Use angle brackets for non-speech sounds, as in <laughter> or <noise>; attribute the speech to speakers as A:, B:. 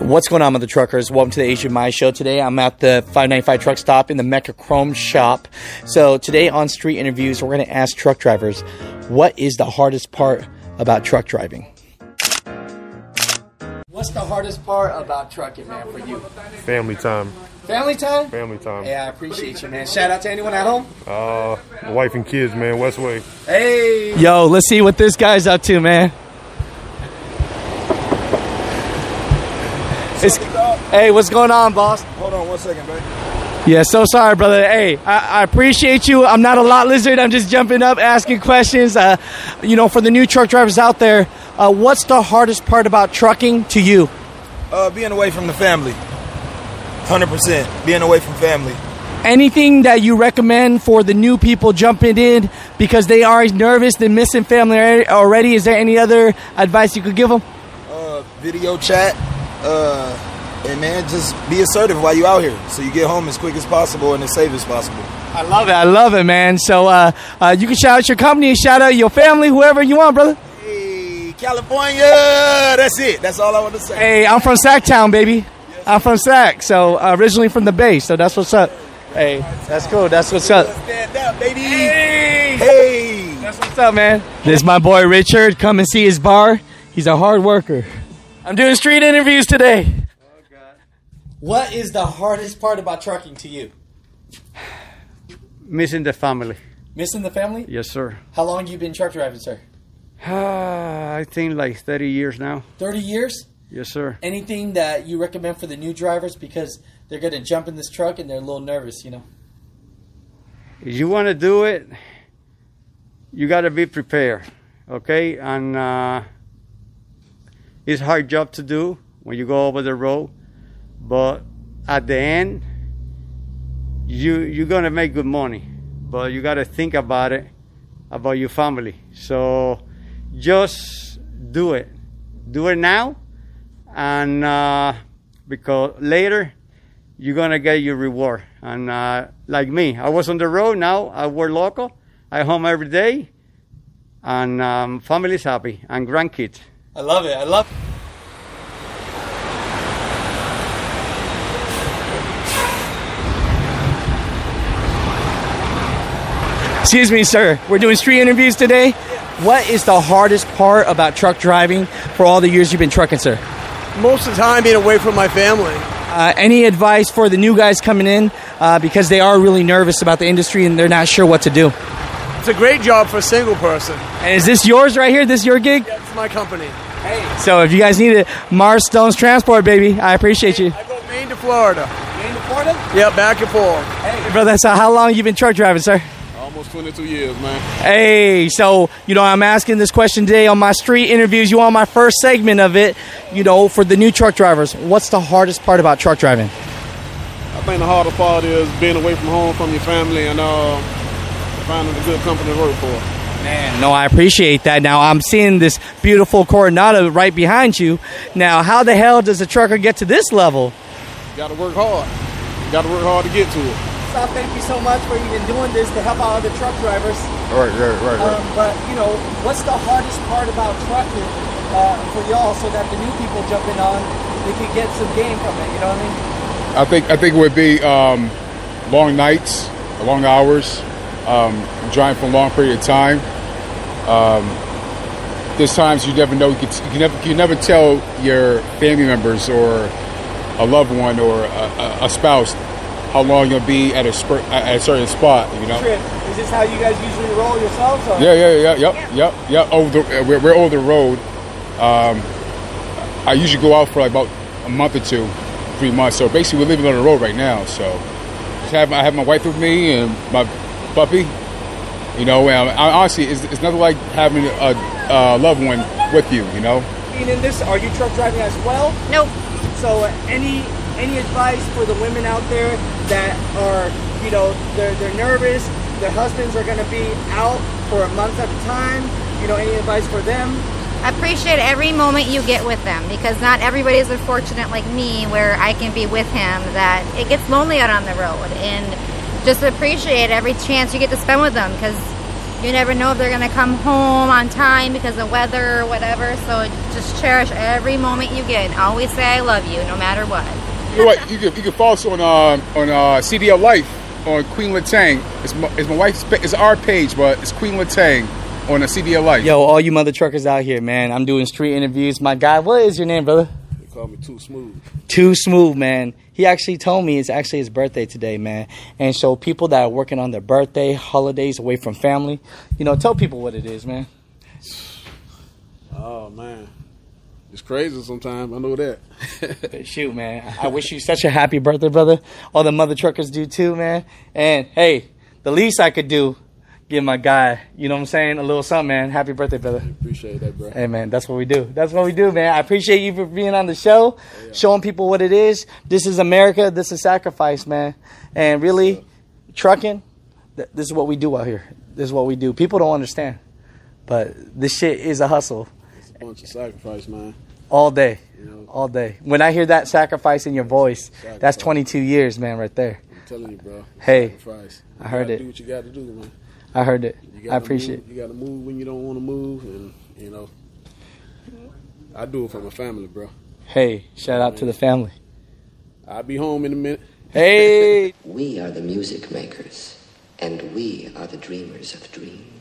A: What's going on with the truckers? Welcome to the Asia My Show. Today I'm at the 595 truck stop in the Mecca Chrome shop. So today on street interviews, we're going to ask truck drivers, what is the hardest part about truck driving? What's the hardest part about trucking, man, for you?
B: Family time.
A: Family time?
B: Family time.
A: Yeah, I appreciate you, man. Shout out to anyone at home.
B: Uh, my wife and kids, man. Westway.
A: Hey. Yo, let's see what this guy's up to, man. It's- hey, what's going on, boss?
C: Hold on one second, babe.
A: Yeah, so sorry, brother. Hey, I, I appreciate you. I'm not a lot lizard. I'm just jumping up, asking questions. Uh, you know, for the new truck drivers out there, uh, what's the hardest part about trucking to you?
C: Uh, being away from the family. 100%. Being away from family.
A: Anything that you recommend for the new people jumping in because they are nervous, they're missing family alre- already? Is there any other advice you could give them?
C: Uh, video chat. Uh, and man, just be assertive while you out here so you get home as quick as possible and as safe as possible.
A: I love it. I love it, man. So uh, uh, you can shout out your company, shout out your family, whoever you want, brother.
C: Hey, California! That's it. That's all I want to say.
A: Hey, I'm from Sacktown, baby. I'm from Sack, so uh, originally from the Bay, so that's what's up. Hey, that's cool. That's what's up.
C: Stand up, baby!
A: Hey,
C: Hey!
A: that's what's up, man. This is my boy Richard. Come and see his bar. He's a hard worker. I'm doing street interviews today. What is the hardest part about trucking to you?
D: missing the family.
A: Missing the family?
D: Yes, sir.
A: How long you been truck driving, sir?
D: Ah, I think like 30 years now.
A: 30 years?
D: Yes, sir.
A: Anything that you recommend for the new drivers because they're going to jump in this truck and they're a little nervous, you know?
D: If you want to do it, you got to be prepared, okay? And uh, it's a hard job to do when you go over the road, but at the end, you you're gonna make good money, but you got to think about it, about your family. So just do it, do it now, and uh, because later you're gonna get your reward. And uh, like me, I was on the road. Now I work local. I home every day, and um, family's happy and grandkids.
A: I love it. I love Excuse me, sir. We're doing street interviews today. What is the hardest part about truck driving for all the years you've been trucking, sir?
E: most of the time being away from my family.
A: Uh, any advice for the new guys coming in uh, because they are really nervous about the industry and they're not sure what to do?
E: It's a great job for a single person.
A: And is this yours right here? This your gig?
E: That's my company.
A: So if you guys need it, Mars Stones Transport, baby. I appreciate you.
E: I go Maine to Florida.
A: Maine to Florida?
E: Yeah, back and forth.
A: Hey, brother, so how long you been truck driving, sir?
F: Almost 22 years, man.
A: Hey, so you know I'm asking this question today on my street interviews. You on my first segment of it? You know, for the new truck drivers, what's the hardest part about truck driving?
F: I think the hardest part is being away from home, from your family, and uh, finding a good company to work for.
A: Man, no, I appreciate that. Now I'm seeing this beautiful Coronado right behind you. Now, how the hell does a trucker get to this level?
F: Got to work hard. Got to work hard to get to it.
A: So thank you so much for even doing this to help out other truck drivers.
B: Right, right, right, right.
A: Um, but you know, what's the hardest part about trucking uh, for y'all so that the new people jumping on, they can get some game from it? You know what I mean?
G: I think I think it would be um, long nights, long hours, um, driving for a long period of time. Um, there's times you never know. You can, you can never you can never tell your family members or a loved one or a, a, a spouse how long you'll be at a spur, at a certain spot. You know.
A: trip. Is this how you guys usually roll yourselves? Or?
G: Yeah, yeah, yeah, yep, yep, yep. Over the, uh, we're, we're over the road. Um, I usually go out for like about a month or two, three months. So basically, we're living on the road right now. So just have, I have my wife with me and my puppy. You know, and I, honestly, it's, it's nothing like having a, a loved one with you. You know.
A: Being in this, are you truck driving as well?
H: Nope.
A: So uh, any any advice for the women out there that are you know they're they're nervous, their husbands are going to be out for a month at a time. You know, any advice for them?
H: Appreciate every moment you get with them because not everybody is unfortunate like me where I can be with him that it gets lonely out on the road and just appreciate every chance you get to spend with them because You never know if they're gonna come home on time because of weather or whatever. So just cherish every moment you get. And always say I love you, no matter what.
G: You know what? You can you can follow us on uh, on uh, CDL Life on Queen Latang. It's my, it's my wife's pa- it's our page, but it's Queen Latang on a CDL Life.
I: Yo, all you mother truckers out here, man. I'm doing street interviews. My guy, what is your name, brother?
F: They call me too smooth.
I: Too smooth, man. He actually told me it's actually his birthday today, man. And so people that are working on their birthday, holidays, away from family, you know, tell people what it is, man.
F: Oh man, it's crazy sometimes. I know that.
I: Uh, Shoot, man. I wish you such a happy birthday, brother. All the mother truckers do too, man. And hey, the least I could do, give my guy, you know what I'm saying, a little something, man. Happy birthday, brother.
F: Appreciate that, bro.
I: Hey man, that's what we do. That's what we do, man. I appreciate you for being on the show,
F: Oh,
I: showing people what it is. This is America. This is sacrifice, man. And really, trucking. Th- this is what we do out here. This is what we do. People don't understand, but this shit is a hustle
F: It's a bunch of sacrifice, man.
I: all day,
F: You know,
I: all day. When I hear that sacrifice in your voice, that's
F: Sacrifice.
I: 22 years, man, right there.
F: I'm telling you, bro.
I: Hey,
F: Sacrifice.
I: I
F: You
I: heard
F: gotta
I: it.
F: Do what you got to do, man.
I: I heard it.
F: You gotta
I: I appreciate.
F: move, You got to move when you don't want to move, and you know, I do it for my family, bro.
I: it. Hey, shout out to the family.
F: I'll be home in a minute.
I: Hey.
J: <laughs> We are the music makers, and we are the dreamers of dreams.